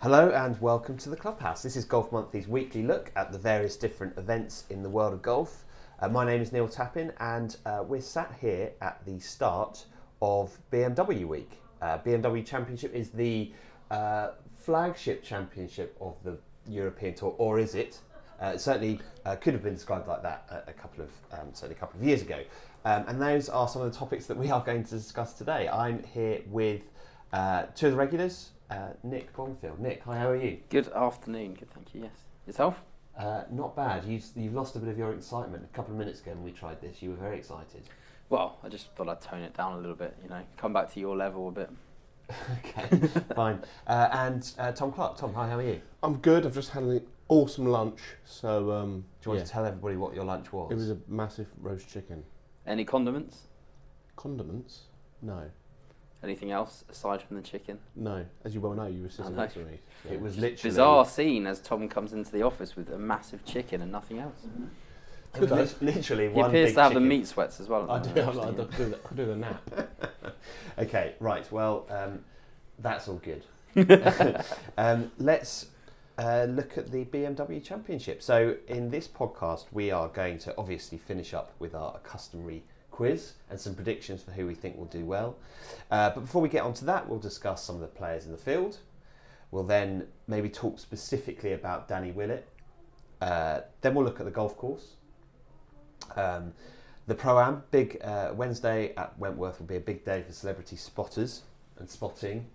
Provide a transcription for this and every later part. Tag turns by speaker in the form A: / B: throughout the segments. A: Hello and welcome to the clubhouse. This is Golf Monthly's weekly look at the various different events in the world of golf. Uh, my name is Neil Tappin, and uh, we're sat here at the start of BMW Week. Uh, BMW Championship is the uh, flagship championship of the European Tour, or is it? Uh, it certainly uh, could have been described like that a, a couple of um, certainly a couple of years ago. Um, and those are some of the topics that we are going to discuss today. I'm here with uh, two of the regulars, uh, Nick Bromfield. Nick, hi, how are you?
B: Good afternoon. Good, thank you. Yes. Yourself?
A: Uh, not bad. You, you've lost a bit of your excitement a couple of minutes ago when we tried this. You were very excited.
B: Well, I just thought I'd tone it down a little bit, you know, come back to your level a bit.
A: okay, fine. Uh, and uh, Tom Clark. Tom, hi, how are you?
C: I'm good. I've just had an awesome lunch. So um,
A: Do you want
C: yeah.
A: to tell everybody what your lunch was?
C: it was a massive roast chicken.
B: Any condiments?
C: Condiments? No,
B: Anything else aside from the chicken?
C: no. As you well know, you were sitting
B: know.
C: next to me. so-
A: It was literally
B: Bizarre scene as Tom comes into the office with a massive chicken and nothing else.
A: It was lit- literally
B: He
A: one
B: appears
A: big
B: to have the
A: chicken.
B: meat sweats as well.
C: I
B: at the
C: do. I,
B: moment,
C: I,
B: actually.
C: do the, I do the nap.
A: Okay, right. Well, um, that's all good. um, let's uh, look at the BMW Championship. So, in this podcast, we are going to obviously finish up with our customary quiz and some predictions for who we think will do well. Uh, but before we get onto that, we'll discuss some of the players in the field. We'll then maybe talk specifically about Danny Willett. Uh, then we'll look at the golf course. Um, the pro am big uh, Wednesday at Wentworth will be a big day for celebrity spotters and spotting,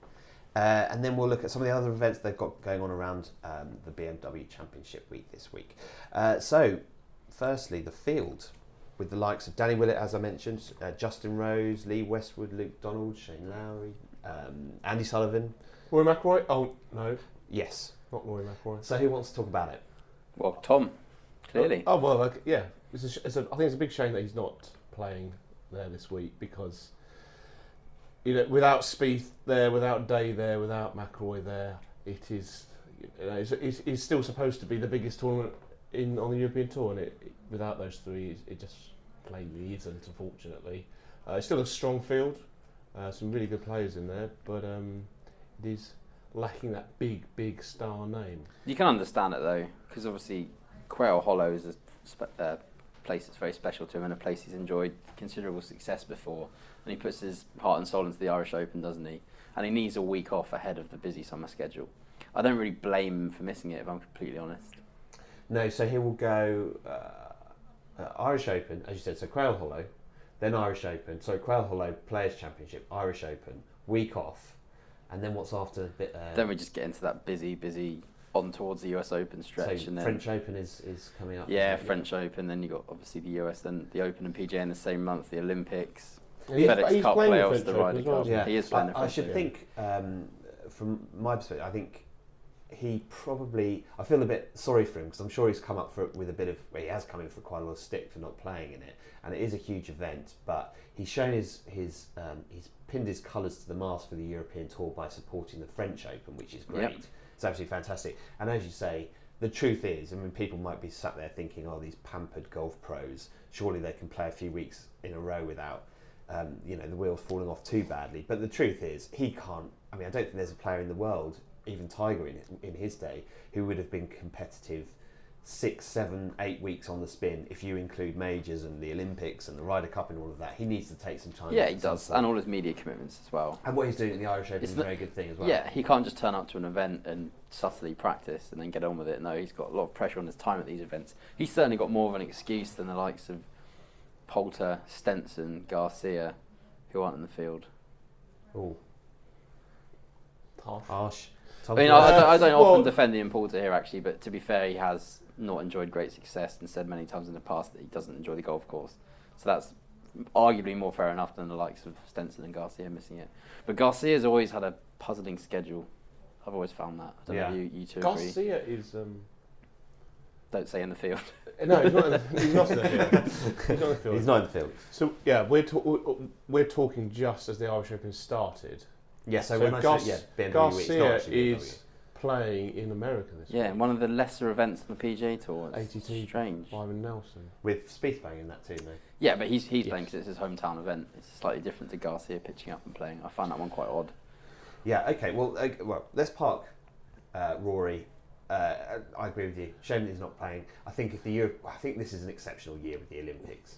A: uh, and then we'll look at some of the other events they've got going on around um, the BMW Championship week this week. Uh, so, firstly, the field with the likes of Danny Willett, as I mentioned, uh, Justin Rose, Lee Westwood, Luke Donald, Shane Lowry, um, Andy Sullivan.
C: Roy McIlroy? Oh no,
A: Yes.
C: not Roy McIlroy.
A: So, who wants to talk about it?
B: Well, Tom, clearly.
C: Oh well, like, yeah. It's a, sh- it's a, I think it's a big shame that he's not playing there this week because you know without Spieth there, without Day there, without McIlroy there, it is you know, it's, it's, it's still supposed to be the biggest tournament in on the European tour, and it, it- without those three, it, it just plainly isn't. Unfortunately, uh, it's still a strong field, uh, some really good players in there, but um, it is lacking that big, big star name.
B: You can understand it though, because obviously Quail Hollow is a spe- uh, place that's very special to him and a place he's enjoyed considerable success before. And he puts his heart and soul into the Irish Open, doesn't he? And he needs a week off ahead of the busy summer schedule. I don't really blame him for missing it, if I'm completely honest.
A: No, so he will go uh, uh, Irish Open, as you said, so Quail Hollow, then Irish Open, so Quail Hollow Players Championship, Irish Open, week off, and then what's after? Bit, uh,
B: Then we just get into that busy, busy on towards the US Open stretch,
A: so
B: and then
A: French Open is, is coming up.
B: yeah,
A: isn't it?
B: French Open. Then you got obviously the US, then the Open and PGA in the same month, the Olympics,
C: He's-
B: FedEx
C: he's
B: Cup
C: playing the
B: playoffs,
C: French
B: the
C: Open
B: Ryder
C: as well,
B: Cup.
C: isn't
A: Yeah.
B: He is playing the
A: I, I
B: French
A: should
B: Open.
A: think, um, from my perspective, I think he probably. I feel a bit sorry for him because I'm sure he's come up for it with a bit of. Well, he has come in for quite a lot of stick for not playing in it, and it is a huge event. But he's shown his his um, he's pinned his colours to the mast for the European Tour by supporting the French Open, which is great. It's absolutely fantastic. And as you say, the truth is, I mean, people might be sat there thinking, "Oh, these pampered golf pros. Surely they can play a few weeks in a row without." um, you know, the wheels falling off too badly. But the truth is, he can't. I mean, I don't think there's a player in the world, even Tiger in, in his day, who would have been competitive six, seven, eight weeks on the spin if you include majors and the Olympics and the Ryder Cup and all of that. He needs to take some time.
B: Yeah,
A: out
B: he
A: at some
B: does,
A: point.
B: and all his media commitments as well.
A: And what he's doing at the Irish Open
B: It's
A: is a
B: not-
A: very good thing as well.
B: Yeah, he can't just turn up to an event and subtly practice and then get on with it. No, he's got a lot of pressure on his time at these events. He's certainly got more of an excuse than the likes of Poulter, Stenson, Garcia, who aren't in the field.
A: Oh,
C: Harsh.
A: harsh.
B: I
A: Tom
B: mean, I, I
A: Clark.
B: don't, I don't
C: Well-
B: often defend Ian Poulter here, actually, but to be fair, he has not enjoyed great success and said many times in the past that he doesn't enjoy the golf course. So that's arguably more fair enough than the likes of Stenson and Garcia missing it. But Garcia's always had a puzzling schedule. I've always found that. I don't know
A: Yeah.
B: if you, you two agree.
C: Garcia is. Um,
B: Don't say in the field.
C: Uh, no, he's not. In the, he's not in the field. He's not in the field.
A: he's not in the field.
C: So yeah, we're ta- we- we're talking just as the Irish Open started.
A: Yeah, so,
C: So
A: when I
C: Gar-
A: said, yeah, BMW, E, it's not
C: Garcia
A: actually BMW.
C: is playing in America this
B: Yeah,
C: week.
B: and one of the lesser events on the PGA Tour. It's
C: ATT.
B: Strange.
C: Byron Nelson.
A: With Spieth banging that too, though.
B: Yeah, but he's he's
C: Yes.
B: playing 'cause it's his hometown event. It's slightly different to Garcia pitching up and playing. I find that one quite odd.
A: Yeah, okay, well, okay, well uh, let's park uh, Rory. Uh, I agree with you. Shame that he's not playing. I think if the Euro- I think this is an exceptional year with the Olympics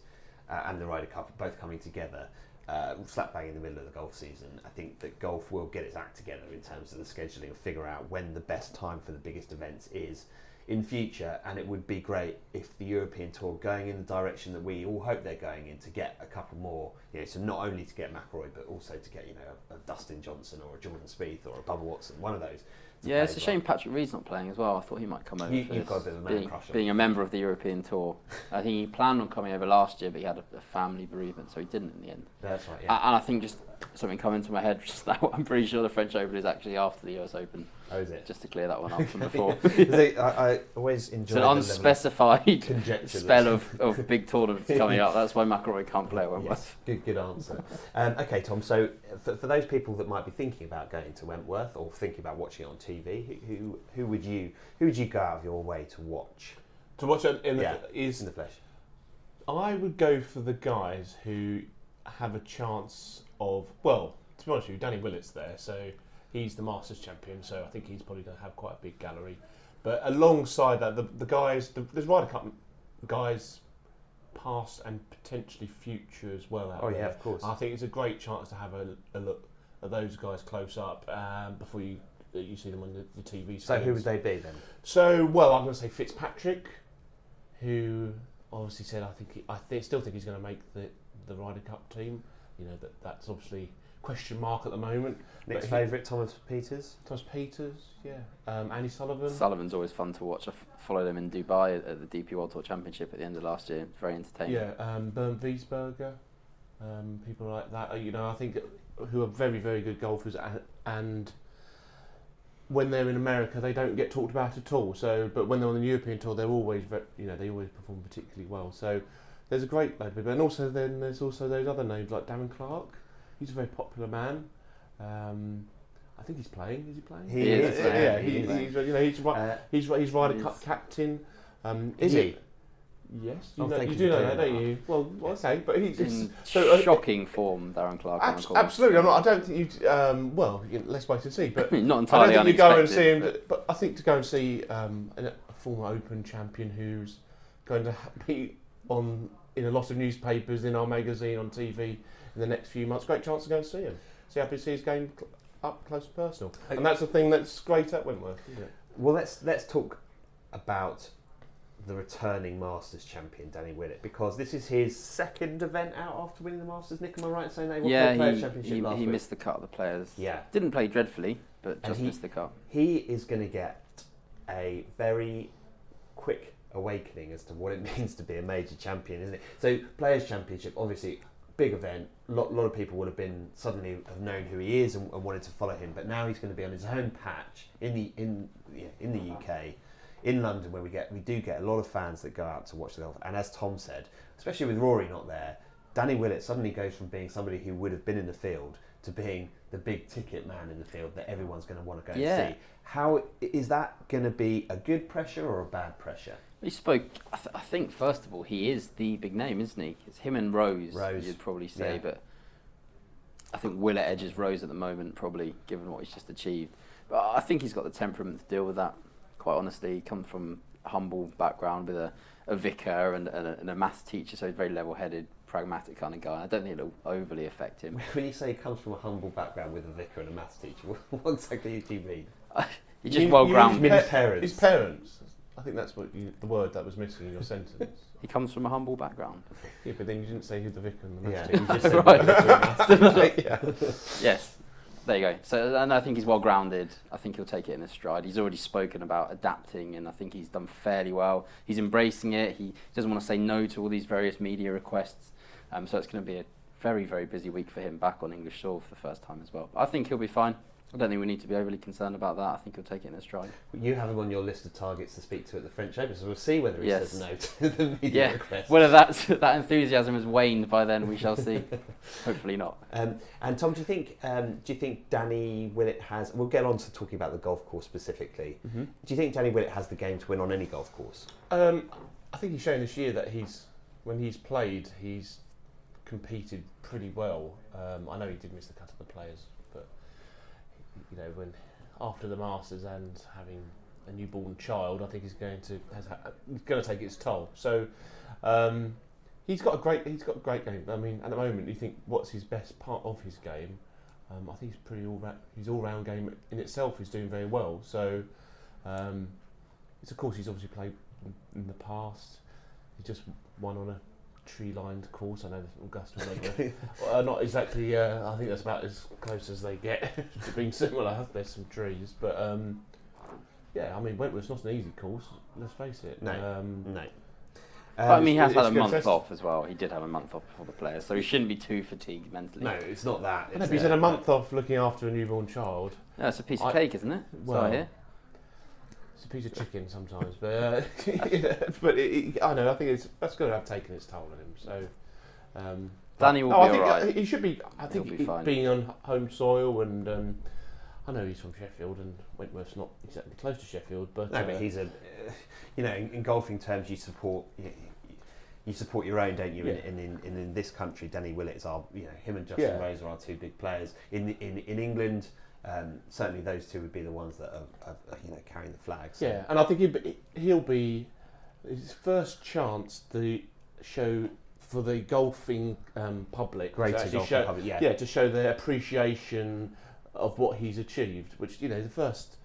A: uh, and the Ryder Cup both coming together. Uh, slap bang in the middle of the golf season. I think that golf will get its act together in terms of the scheduling and figure out when the best time for the biggest events is in future. And it would be great if the European Tour going in the direction that we all hope they're going in to get a couple more. You know, so not only to get McElroy, but also to get you know a, a Dustin Johnson or a Jordan Spieth or a Bubba Watson, one of those. to
B: Yeah,
A: play
B: it's a
A: as well.
B: shame Patrick Reed's not playing as well. I thought he might come over.
A: You-
B: for
A: you've
B: this,
A: got a bit of a man
B: being,
A: crush on
B: being a member of the European Tour. I think he planned on coming over last year, but he had a, a family bereavement, so he didn't in the end.
A: That's right.
B: A-
A: Yeah.
B: and I think just something come into my head just now. I'm pretty sure the French Open is actually after the US Open,
A: Oh, is it?
B: just to clear that one up from before.
A: They- I, I always
B: It's
A: enjoy
B: an
A: the level of
B: unspecified
A: conjecture.
B: spell
A: that's-
B: of, of big tournaments coming up. That's why McElroy can't play at Wentworth.
A: Yes, good, good answer. Um, okay, Tom. So, for, for those people that might be thinking about going to Wentworth or thinking about watching it on TV, who who, who would you who would you go out of your way to watch
C: To watch it in the,
A: Yeah.
C: is
A: in the flesh?
C: I would go for the guys who have a chance of well, to be honest with you, Danny Willett's there, so he's the Masters champion, so I think he's probably going to have quite a big gallery. But alongside that, the, the guys, the, there's Ryder Cup guys, past and potentially future as well. Out
A: Oh
C: there.
A: yeah, of course.
C: I think it's a great chance to have a, a look at those guys close up um, before you that you see them on the, the TV.
A: So who
C: screens.
A: would they be then?
C: So, well, I'm going to say Fitzpatrick, who obviously said I think he, I th- still think he's going to make the the Ryder Cup team. You know that that's obviously question mark at the moment.
A: Nick's
C: he-
A: favourite, Thomas Peters.
C: Thomas Peters, yeah, um, Andy Sullivan.
B: Sullivan's always fun to watch. I f- followed him in Dubai at, at the DP World Tour Championship at the end of last year. Very entertaining.
C: yeah, um, Bernd Wiesberger, um, people like that. uh, You know, I think who are very, very good golfers, and, and when they're in America, they don't get talked about at all. So, but when they're on the European tour, they're always, ve- you know, they always perform particularly well. So, there's a great load of people, and also then there's also those other names like Darren Clark. He's a very popular man. Um, I think he's playing. Is he playing?
A: He
B: is
C: yeah,
B: playing,
C: Yeah,
B: he
C: he,
B: is playing.
C: he's, you know, he's, ri-
A: Uh,
C: he's, ri- he's Ryder
B: He
C: Cup
B: is.
C: captain. Um,
A: is he?
C: Yes, you,
A: Oh,
C: know,
A: thank
C: you
A: you
C: do
A: for
C: know that,
A: clearing
C: don't
A: that
C: you? Well, okay, but he's
B: In
C: so, uh,
B: shocking form, Darren Clark. around
C: abs-
B: corners.
C: absolutely. I'm not. I don't think you. Um, well, you know, let's wait and see. But
B: Not
C: I
B: entirely
C: don't think you go and see him.
B: unexpected,
C: But, I think to go and see um, an- a former Open champion who's going to ha- be on in a lot of newspapers, in our magazine, on TV in the next few months. Great chance to go and see him. See how he sees his game cl- up close and personal. And that's the thing that's great at Wentworth. Isn't it?
A: Well, let's let's talk about the returning Masters champion Danny Willett because this is his second event out after winning the Masters. Nick, am I right in saying they won the
B: yeah,
A: Players
B: he,
A: Championship
B: he,
A: last
B: he
A: week?
B: missed the cut of the players.
A: Yeah,
B: Didn't play dreadfully, but just
A: he-
B: missed the cut.
A: he is going to get a very quick awakening as to what it means to be a major champion, isn't it? So, Players' Championship, obviously, big event. A lot, lot of people would have been suddenly have known who he is and, and wanted to follow him, but now he's going to be on his own patch in the in yeah, in the UK, in London, where we get we do get a lot of fans that go out to watch the golf. And as Tom said, especially with Rory not there, Danny Willett suddenly goes from being somebody who would have been in the field to being the big ticket man in the field that everyone's going to want to go
B: Yeah.
A: and see. How is that going to be a good pressure or a bad pressure?
B: He spoke. I, th- I think first of all, he is the big name, isn't he? It's him and Rose.
A: Rose,
B: you'd probably say,
A: yeah.
B: but I think Willett edges Rose at the moment, probably given what he's just achieved. But I think he's got the temperament to deal with that. Quite honestly, he comes from a humble background with a, a vicar and, and, a, and a maths teacher, so he's very level-headed, pragmatic kind of guy. I don't think it'll overly affect him.
A: When you say he comes from a humble background with a vicar and a maths teacher, what- what exactly do you mean?
B: He's
C: You-
B: just
C: you-
A: You
B: well-grounded.
A: mean his
C: His
A: parents?
C: parents. I think that's what you, the word that was missing in your sentence.
B: He comes from a humble background.
C: Yeah, but then you didn't say who the vicar and the
A: Yeah,
C: master.
A: you just said
B: Right.
A: vicar and maths teacher.
B: Yes. There you go. So, and I think he's well grounded. I think he'll take it in his stride. He's already spoken about adapting, and I think he's done fairly well. He's embracing it. He doesn't want to say no to all these various media requests. Um, so it's going to be a very, very busy week for him back on English soil for the first time as well. I think he'll be fine. I don't think we need to be overly concerned about that. I think he'll take it in his stride.
A: You have him on your list of targets to speak to at the French Open, so we'll see whether he
B: Yes.
A: says no to the media
B: Yeah.
A: request.
B: Whether that's, that enthusiasm has waned by then, we shall see. Hopefully not.
A: Um, and Tom, do you think um, do you think Danny Willett has? We'll get on to talking about the golf course specifically.
C: Mhm.
A: Do you think Danny Willett has the game to win on any golf course?
C: Um, I think he's shown this year that he's when he's played, he's competed pretty well. Um, I know he did miss the cut of the players, but you know when after the Masters and having a newborn child, I think is going to has ha- going to take its toll. So um, he's got a great he's got a great game. I mean, at the moment, you think what's his best part of his game? Um, I think he's pretty all round, his all round game in itself is doing very well. So um, it's of course he's obviously played in- in the past. He just won on a tree lined course. I know Augusta will never well, not exactly. Uh, I think that's about as close as they get to being similar. There's some trees, but um, yeah, I mean Wentworth's not an easy course. Let's face it.
A: No.
C: Um,
A: No.
B: But I
A: Um,
B: mean, he has
C: Uh, it's
B: had a
C: good
B: month
C: test.
B: off as well. He did have a month off before the players, so he shouldn't be too fatigued mentally.
A: no, it's not that.
C: I don't know,
A: it's,
C: but he's
A: uh,
C: had a month off looking after a newborn child.
B: No, it's a piece of
C: I-
B: cake, isn't it? Well,
C: Well,
B: so I hear.
C: It's a piece of chicken sometimes, but uh, yeah, but it, it, I know. I think it's that's going to have taken its toll on him. So. Um,
B: Danny will
C: no, I
B: be
C: think
B: alright.
C: uh, he should be. I think
B: He'll be
C: he-
B: fine.
C: being on home soil, and um, I know he's from Sheffield, and Wentworth's not exactly close to Sheffield, but
A: No,
C: uh,
A: but he's a, you know, in, in golfing terms, you support you, you support your own, don't you?
C: Yeah.
A: And, and, in, and in this country, Danny Willett's our, you know, him and Justin
C: Yeah.
A: Rose are our two big players. In in, in England, um, certainly those two would be the ones that are, are, are you know carrying the flag. So.
C: Yeah, and I think he'd be, he'll be his first chance to show for the golfing um, public. to
A: greater
C: actually
A: golfing
C: show-
A: public. Yeah,
C: yeah, to show their appreciation of what he's achieved, which you know, the first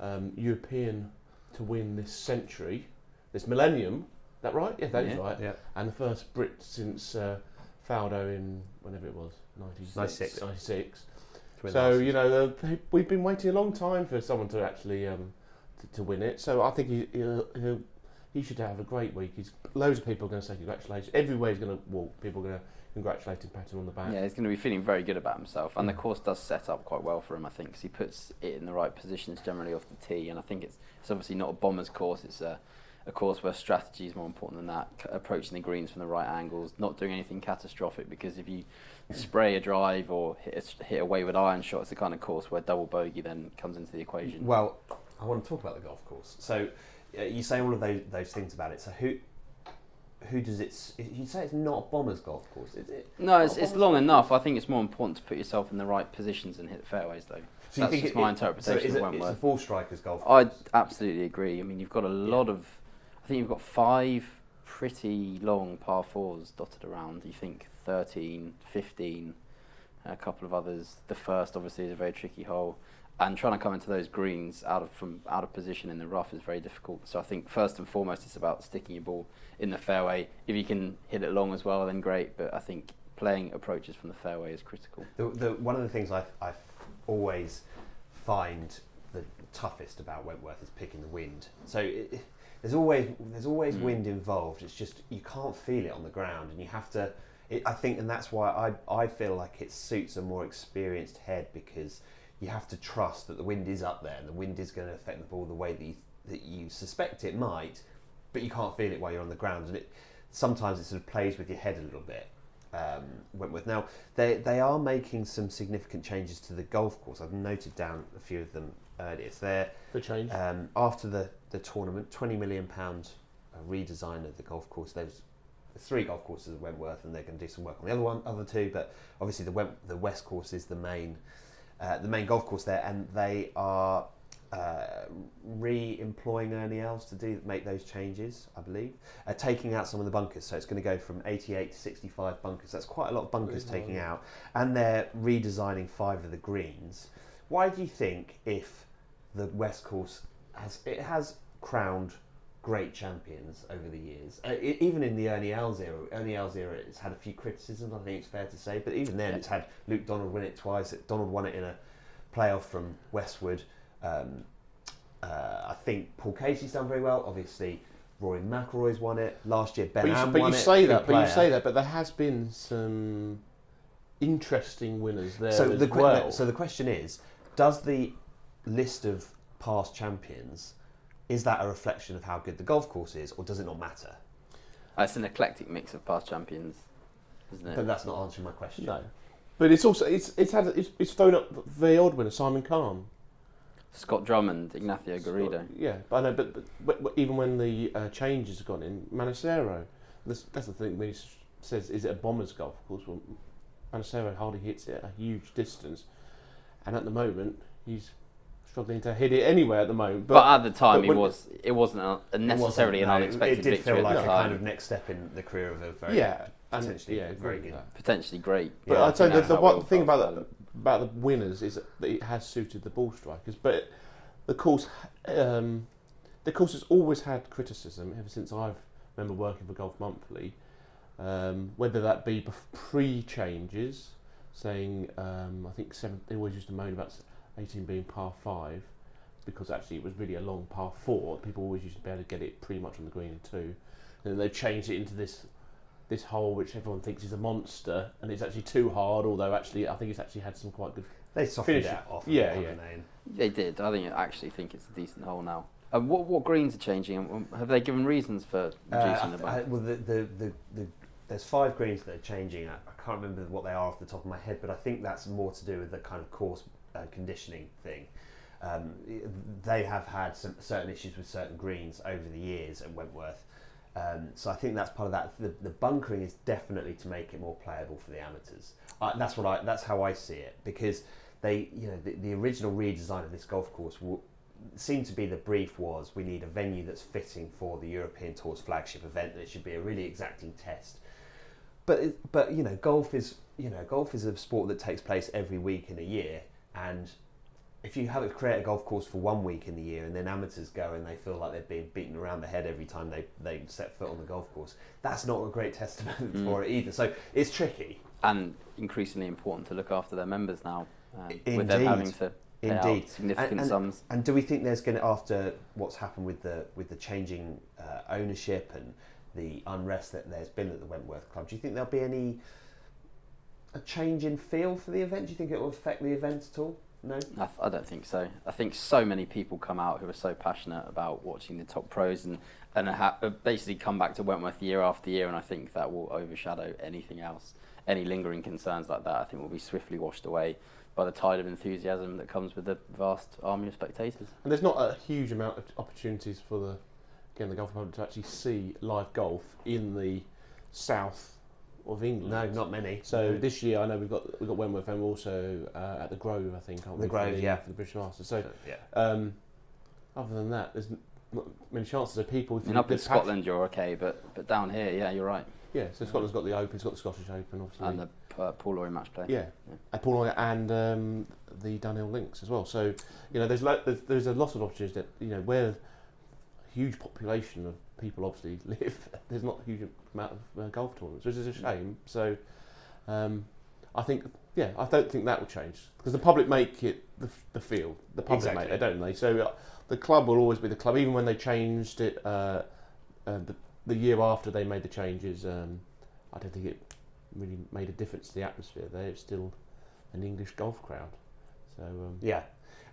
C: um, European to win this century, this millennium. Is that right? Yeah, that is
B: Yeah.
C: right.
A: Yeah.
C: And the first Brit since uh, Faldo in whenever it was, 96.
A: 96.
C: 96.
A: to win
C: So
A: that.
C: you know, the, we've been waiting a long time for someone to actually um, to, to win it. So I think he he'll, he'll, he should have a great week. He's loads of people are going to say congratulations. Everywhere's going to well, people are going to congratulate him, pat him on the back.
B: Yeah, he's going to be feeling very good about himself,
C: Mm.
B: and the course does set up quite well for him, I think, because he puts it in the right positions generally off the tee, and I think it's it's obviously not a bomber's course. It's a a course where strategy is more important than that, c- approaching the greens from the right angles, not doing anything catastrophic. Because if you spray a drive or hit a, s- hit a wayward iron shot, it's the kind of course where double bogey then comes into the equation.
A: Well, I want to talk about the golf course. So uh, you say all of those those things about it. So who? Who does it? s- You say it's not a bomber's golf course, is it?
B: no, it's,
A: Not a bomber's
B: it's long
A: golf
B: enough. I think it's more important to put yourself in the right positions and hit fairways, though.
A: So you
B: That's
A: think
B: just
A: it-
B: my
A: it- So
B: interpretation
A: it is
B: of
A: a, it's
B: Wentworth.
A: a four strikers golf course.
B: I absolutely agree. I mean, you've got a lot of. I think you've got five pretty long par fours dotted around. You think 13, 15, a couple of others. The first, obviously, is a very tricky hole. And trying to come into those greens out of from out of position in the rough is very difficult. So I think first and foremost, it's about sticking your ball in the fairway. If you can hit it long as well, then great. But I think playing approaches from the fairway is critical.
A: The, the, one of the things I, I always find the toughest about Wentworth is picking the wind. So it, it- there's always there's always
B: Mm.
A: wind involved. It's just you can't feel it on the ground, and you have to. It, I think, and that's why I, I feel like it suits a more experienced head because you have to trust that the wind is up there and the wind is going to affect the ball the way that you, that you suspect it might, but you can't feel it while you're on the ground, and it sometimes it sort of plays with your head a little bit. Um, Wentworth. Now they they are making some significant changes to the golf course. I've noted down a few of them earlier. So they're
C: The change.
A: um, after the, the tournament, twenty million pound uh, redesign of the golf course. There's three golf courses at Wentworth, and they're going to do some work on the other one, other two. But obviously, the Went, the West course is the main uh, the main golf course there, and they are uh, re-employing Ernie Els to do make those changes. I believe uh, taking out some of the bunkers, so it's going to go from eighty eight to sixty five bunkers. That's quite a lot of bunkers
C: Ooh.
A: taking out, and they're redesigning five of the greens. Why do you think if the West Course has it has crowned great champions over the years? Uh, e- even in the Ernie Els era, Ernie Els era, it's had a few criticisms. I think it's fair to say, but even then,
B: Yeah.
A: it's had Luke Donald win it twice. It- Donald won it in a playoff from Westwood. Um, uh, I think Paul Casey's done very well. Obviously, Roy McIlroy's won it last year. Ben
C: but you,
A: Am
C: but
A: won
C: you
A: it.
C: say
A: Good
C: that, but
A: player.
C: you say that, but there has been some interesting winners there
A: so
C: as
A: the que-
C: well.
A: so the question is, does the list of past champions is that a reflection of how good the golf course is, or does it not matter?
B: Uh, it's an eclectic mix of past champions, isn't it?
A: But that's not answering my question.
C: no, but it's also it's it's had it's, it's thrown up very odd winner Simon Kahn.
B: Scott Drummond, Ignacio Garrido.
C: Yeah, but I know, but, but, but, but even when the uh, changes have gone in, Manacero, that's, that's the thing when he s- says, is it a bomber's golf course? Well, Manacero hardly hits it a huge distance, and at the moment, he's struggling to hit it anywhere at the moment.
B: But,
C: But,
B: at the time,
C: but
B: it
C: when-
B: was it wasn't a- a necessarily an
A: No, it-
B: unexpected
A: It did feel
B: victory at
A: like
B: the
A: a
B: time.
A: kind of next step in the career of a very
C: yeah, and-
A: potentially
C: yeah,
A: very
C: agree
A: good.
C: with that.
B: Potentially great.
C: But
A: Yeah, I
C: I'd say
B: think
C: that
B: that's
C: the
B: how
C: one
B: Will
C: thing
B: felt
C: about
B: about
C: the, about the winners is that it has suited the ball strikers, but the course, um, the course has always had criticism ever since I've remember working for Golf Monthly, um, whether that be bef- pre-changes, saying um, I think seven, they always used to moan about s- 18 being par five because actually it was really a long par four. People always used to be able to get it pretty much on the green in two, and then they changed it into this this hole which everyone thinks is a monster and it's actually too hard. Although actually I think it's actually had some quite good.
A: They softened
C: Finish
A: it
C: it.
A: off.
C: Yeah,
A: haven't
C: yeah.
A: they?
B: They did. I think I actually think it's a decent hole now. And what what greens are changing? and um, Have they given reasons for
A: Uh,
B: reducing
A: I
B: the
A: th-
B: ball?
A: I- well, the, the, the, the, there's five greens that are changing. I, I can't remember what they are off the top of my head, but I think that's more to do with the kind of course uh, conditioning thing. Um, i- they have had some certain issues with certain greens over the years at Wentworth. Um, so I think that's part of that. The, the bunkering is definitely to make it more playable for the amateurs. I, that's what I. That's how I see it because they, you know, the, the original redesign of this golf course w- seemed to be the brief was we need a venue that's fitting for the European Tour's flagship event. and It should be a really exacting test. But it, but you know, golf is you know, golf is a sport that takes place every week in a year, and if you have create a golf course for one week in the year, and then amateurs go and they feel like they're being beaten around the head every time they, they set foot on the golf course, that's not a great testament
B: Mm.
A: for it either. So it's tricky.
B: and increasingly important to look after their members now, um, with them
A: Indeed.
B: having to pay
A: Indeed.
B: out significant
A: And- and-
B: sums.
A: And do we think there's going to, after what's happened with the with the changing uh, ownership and the unrest that there's been at the Wentworth Club, do you think there'll be any a change in feel for the event? Do you think it will affect the event at all? No.
B: I, th- I don't think so. I think so many people come out who are so passionate about watching the top pros and and ha- uh, basically come back to Wentworth year after year, and I think that will overshadow anything else. Any lingering concerns like that, I think, will be swiftly washed away by the tide of enthusiasm that comes with the vast army of spectators.
C: And there's not a huge amount of opportunities for the again the golf public to actually see live golf in the south of England.
A: No, not Mm-hmm. many.
C: So this year, I know we've got we've got Wentworth, and we're also uh, at the Grove, I think. Aren't
A: The
C: we,
A: Grove,
C: for the,
A: yeah.
C: for the British Masters. So
A: yeah.
C: um, other than that, there's n- not many chances of people.
B: I mean, up in
C: the patch-
B: Scotland, you're okay, but but down here, yeah, you're right.
C: yeah. So Scotland's got the Open, it's got the Scottish Open, obviously.
B: And the uh, Paul Laurie match play.
C: yeah,
B: Yeah.
C: and Paul Noyer and um, the Dunhill Links as well. So you know, there's lo- there's, there's a lot of opportunities that you know where a huge population of people obviously live. There's not a huge amount of uh, golf tournaments, which is a shame. So um, I think yeah, I don't think that will change because the public make it the, f- the field. The public
A: Exactly.
C: make it, don't they? So uh, the club will always be the club, even when they changed it. Uh, uh, the, the year after they made the changes, um, I don't think it really made a difference to the atmosphere. There, it's still an English golf crowd. So um,
A: Yeah.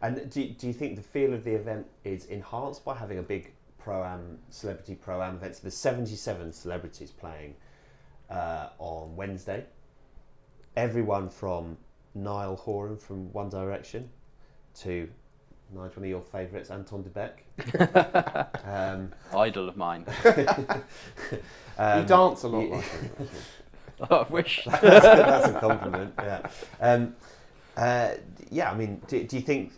A: And do, do you think the feel of the event is enhanced by having a big pro am celebrity pro am event? So there's 77 celebrities playing uh, on Wednesday. Everyone from Niall Horan from One Direction to Nigel, one of your favourites, Anton de Beck. um,
B: Idol of mine.
A: um,
C: you dance a lot.
A: you-
C: like him, actually.
B: I wish.
A: that's a compliment. Yeah. Um, uh, yeah. I mean, do, do you think?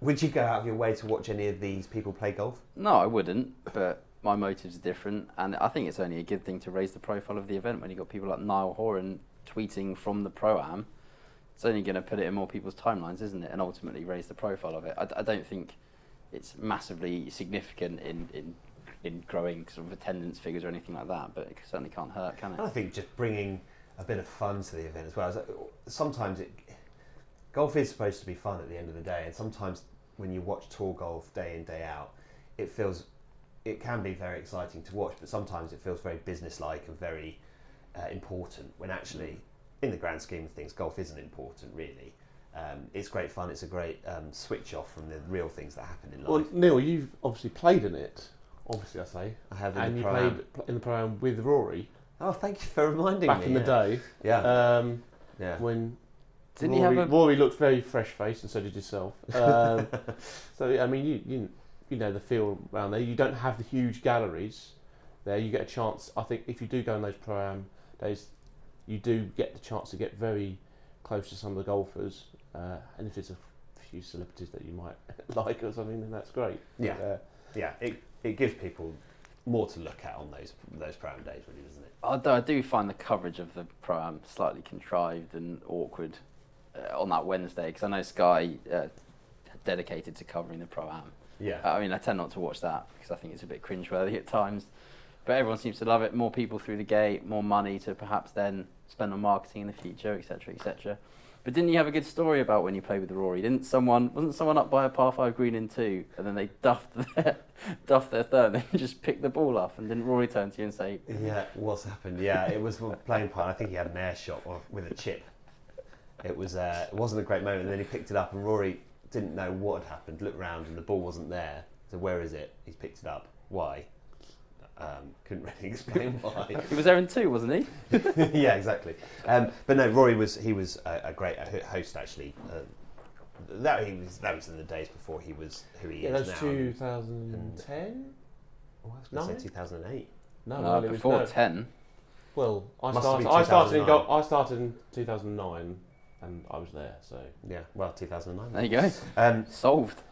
A: Would you go out of your way to watch any of these people play golf?
B: No, I wouldn't, but my motives are different, and I think it's only a good thing to raise the profile of the event when you've got people like Niall Horan tweeting from the pro am. It's only going to put it in more people's timelines, isn't it? And ultimately raise the profile of it. I, d- I don't think it's massively significant in, in in growing sort of attendance figures or anything like that, but it certainly can't hurt, can
A: And I
B: it?
A: think just bringing a bit of fun to the event as well. It's like, Sometimes it, golf is supposed to be fun at the end of the day, and sometimes when you watch tour golf day in day out, it feels it can be very exciting to watch, but sometimes it feels very businesslike and very uh, important. When actually, in the grand scheme of things, golf isn't important really. Um, it's great fun. It's a great um, switch off from the real things that happen in life.
C: Well, Neil, you've obviously played in it. Obviously, I say,
A: I have in
C: and
A: the
C: you
A: pro-am.
C: played pl- in the program with Rory
A: Oh, thank you for reminding
C: back
A: me.
C: in the
A: yeah.
C: day
A: Yeah,
C: um,
A: yeah.
C: when
B: Didn't
C: Rory,
B: he have a
C: Rory looked very fresh faced, and so did yourself. Um, so yeah, I mean, you, you you know the feel around there. You don't have the huge galleries there. You get a chance. I think if you do go on those pro-am days, you do get the chance to get very close to some of the golfers. Uh, and if it's a few celebrities that you might like or something, then that's great.
A: Yeah.
C: Uh,
A: Yeah, it, it gives people more to look at on those those proud days, really, doesn't it?
B: Although I do find the coverage of the program slightly contrived and awkward uh, on that Wednesday because I know Sky uh, dedicated to covering the pro am.
A: Yeah.
B: I mean, I tend not to watch that because I think it's a bit cringeworthy at times. But everyone seems to love it. More people through the gate, more money to perhaps then spend on marketing in the future, etc., etc. But didn't you have a good story about when you played with Rory? Didn't someone wasn't someone up by a par five green in two, and then they duffed their duffed their third, and then just picked the ball up, and didn't Rory turn to you and say,
A: Yeah, what's happened? Yeah, it was with playing part. I think he had an air shot or- with a chip. It was uh, it wasn't a great moment. And then he picked it up, and Rory didn't know what had happened. Looked round, and the ball wasn't there. So where is it? He's picked it up. Why? Um, couldn't really explain why.
B: "He was there in two, wasn't he?"
A: yeah, exactly. Um, but no, Rory was he was a, a great ho- host actually. Uh, that he was that was in the days before he was who he
C: yeah,
A: is
C: that's
A: now.
C: 2010?
A: Oh, I was going to
C: Nine?
A: say 2008.
C: No,
B: No,
C: early was-
B: before
C: no.
B: ten.
C: Well, I
A: Must have
C: started.
A: been
C: I started in. Go,
A: 2009.
C: I started in 2009, and I was there. So
A: Yeah, well, 2009.
B: There you go,
A: Um,
B: solved.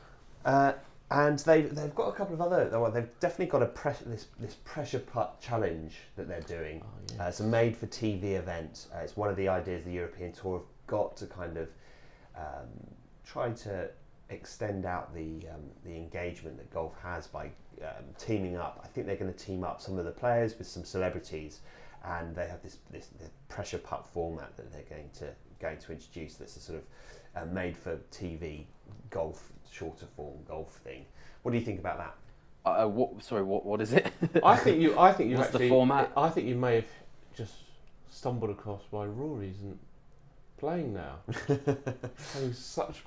A: Uh, and they've, they've got a couple of other. oh, Well, they've definitely got a press, this this pressure putt challenge that they're doing.
C: oh,
A: Uh, it's a made for TV event. Uh, it's one of the ideas the European Tour have got to kind of um, try to extend out the um, the engagement that golf has by um, teaming up. I think they're going to team up some of the players with some celebrities, and they have this this, this pressure putt format that they're going to going to introduce. That's a sort of uh, made for TV golf shorter form golf thing. What do you think about that?
B: Uh, what, sorry, what? What is it?
C: I think you. I think you
B: What's the
C: actually.
B: format?
C: I think you may have just stumbled across why Rory isn't playing now. Having such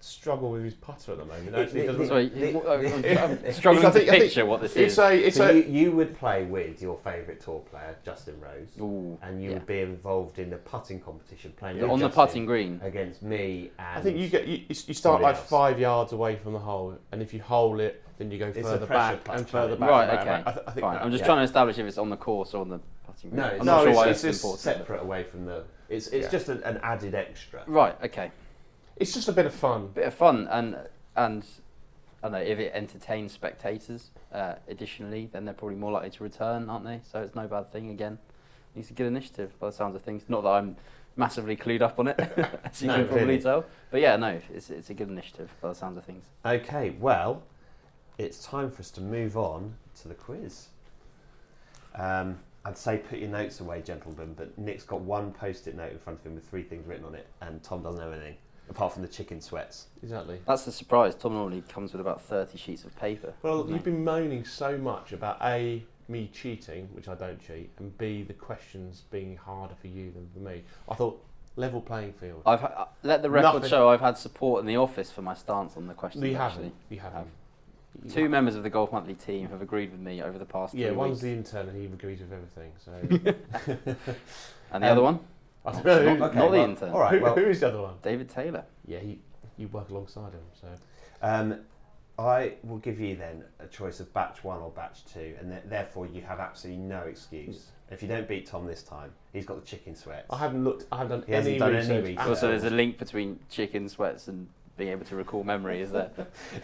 C: struggle with his putter at the moment. Actually,
A: it-
C: he doesn't.
B: Sorry,
A: The-
B: I'm,
A: the-
B: I'm struggling
C: I think-
B: to
C: I think
B: picture what this
C: It's uh,
B: is.
C: a. It's
A: So
C: a.
A: you, you would play with your favourite tour player, Justin Rose.
B: Ooh,
A: and you
B: yeah.
A: would be involved in the putting competition playing
B: on the putting green.
A: against me and
C: I think you get. You, you s- you start
A: somebody
C: like
A: else.
C: five yards away from the hole, and if you hole it, then you go
A: It's a
C: further
A: pressure
C: back
A: putt
C: and further
A: challenge.
C: back.
B: right,
C: and back
B: okay.
C: and back. I, th- I think
B: Fine.
C: that-
B: I'm just
A: yeah.
B: trying to establish if it's on the course or on the putting green.
A: no
B: I'm
A: it's,
B: not
C: no,
B: sure
A: it's,
B: why
A: it's,
B: it's,
C: it's
B: important.
A: separate away from the it's it's
C: Yeah.
A: just an, an added extra
B: Right, okay.
C: It's just a bit of fun.
B: Bit of fun and and I don't know if it entertains spectators. Uh, additionally, then they're probably more likely to return, aren't they? So it's no bad thing. Again, I think it's a good initiative by the sounds of things. Not that I'm massively clued up on it, as you
A: No,
B: can probably
A: really.
B: tell. But yeah, no, it's it's a good initiative by the sounds of things.
A: okay well it's time for us to move on to the quiz um, I'd say put your notes away gentlemen but Nick's got one post-it note in front of him with three things written on it and Tom doesn't have anything apart from the chicken sweats
C: Exactly.
B: That's a surprise. Tom normally comes with about thirty sheets of paper.
C: Well,
B: doesn't he?
C: you've been moaning so much about A, me cheating, which I don't cheat, and B, the questions being harder for you than for me. I thought, level playing field.
B: I've ha- let the record
C: Nothing.
B: show I've had support in the office for my stance on the question.
C: No, you
B: actually.
C: haven't. You haven't. You
B: Two
C: ha-
B: members of the Golf Monthly team have agreed with me over the past
C: Yeah,
B: three
C: one's
B: weeks.
C: the intern and he agrees with everything. So
B: and the
A: um,
B: other one,
C: I don't know. Who,
B: Not- not the intern.
A: all right
C: who-
A: well
C: who is the other one?
B: David Taylor.
C: Yeah, he, you work alongside him. So
A: Um, I will give you then a choice of batch one or batch two, and th- therefore you have absolutely no excuse. If you don't beat Tom this time, he's got the chicken sweats.
C: I haven't looked. I haven't done
A: He hasn't
C: any
A: done any
C: research.
A: research.
C: at
B: Also,
C: all
B: there's a link between chicken sweats and being able to recall memory, is there?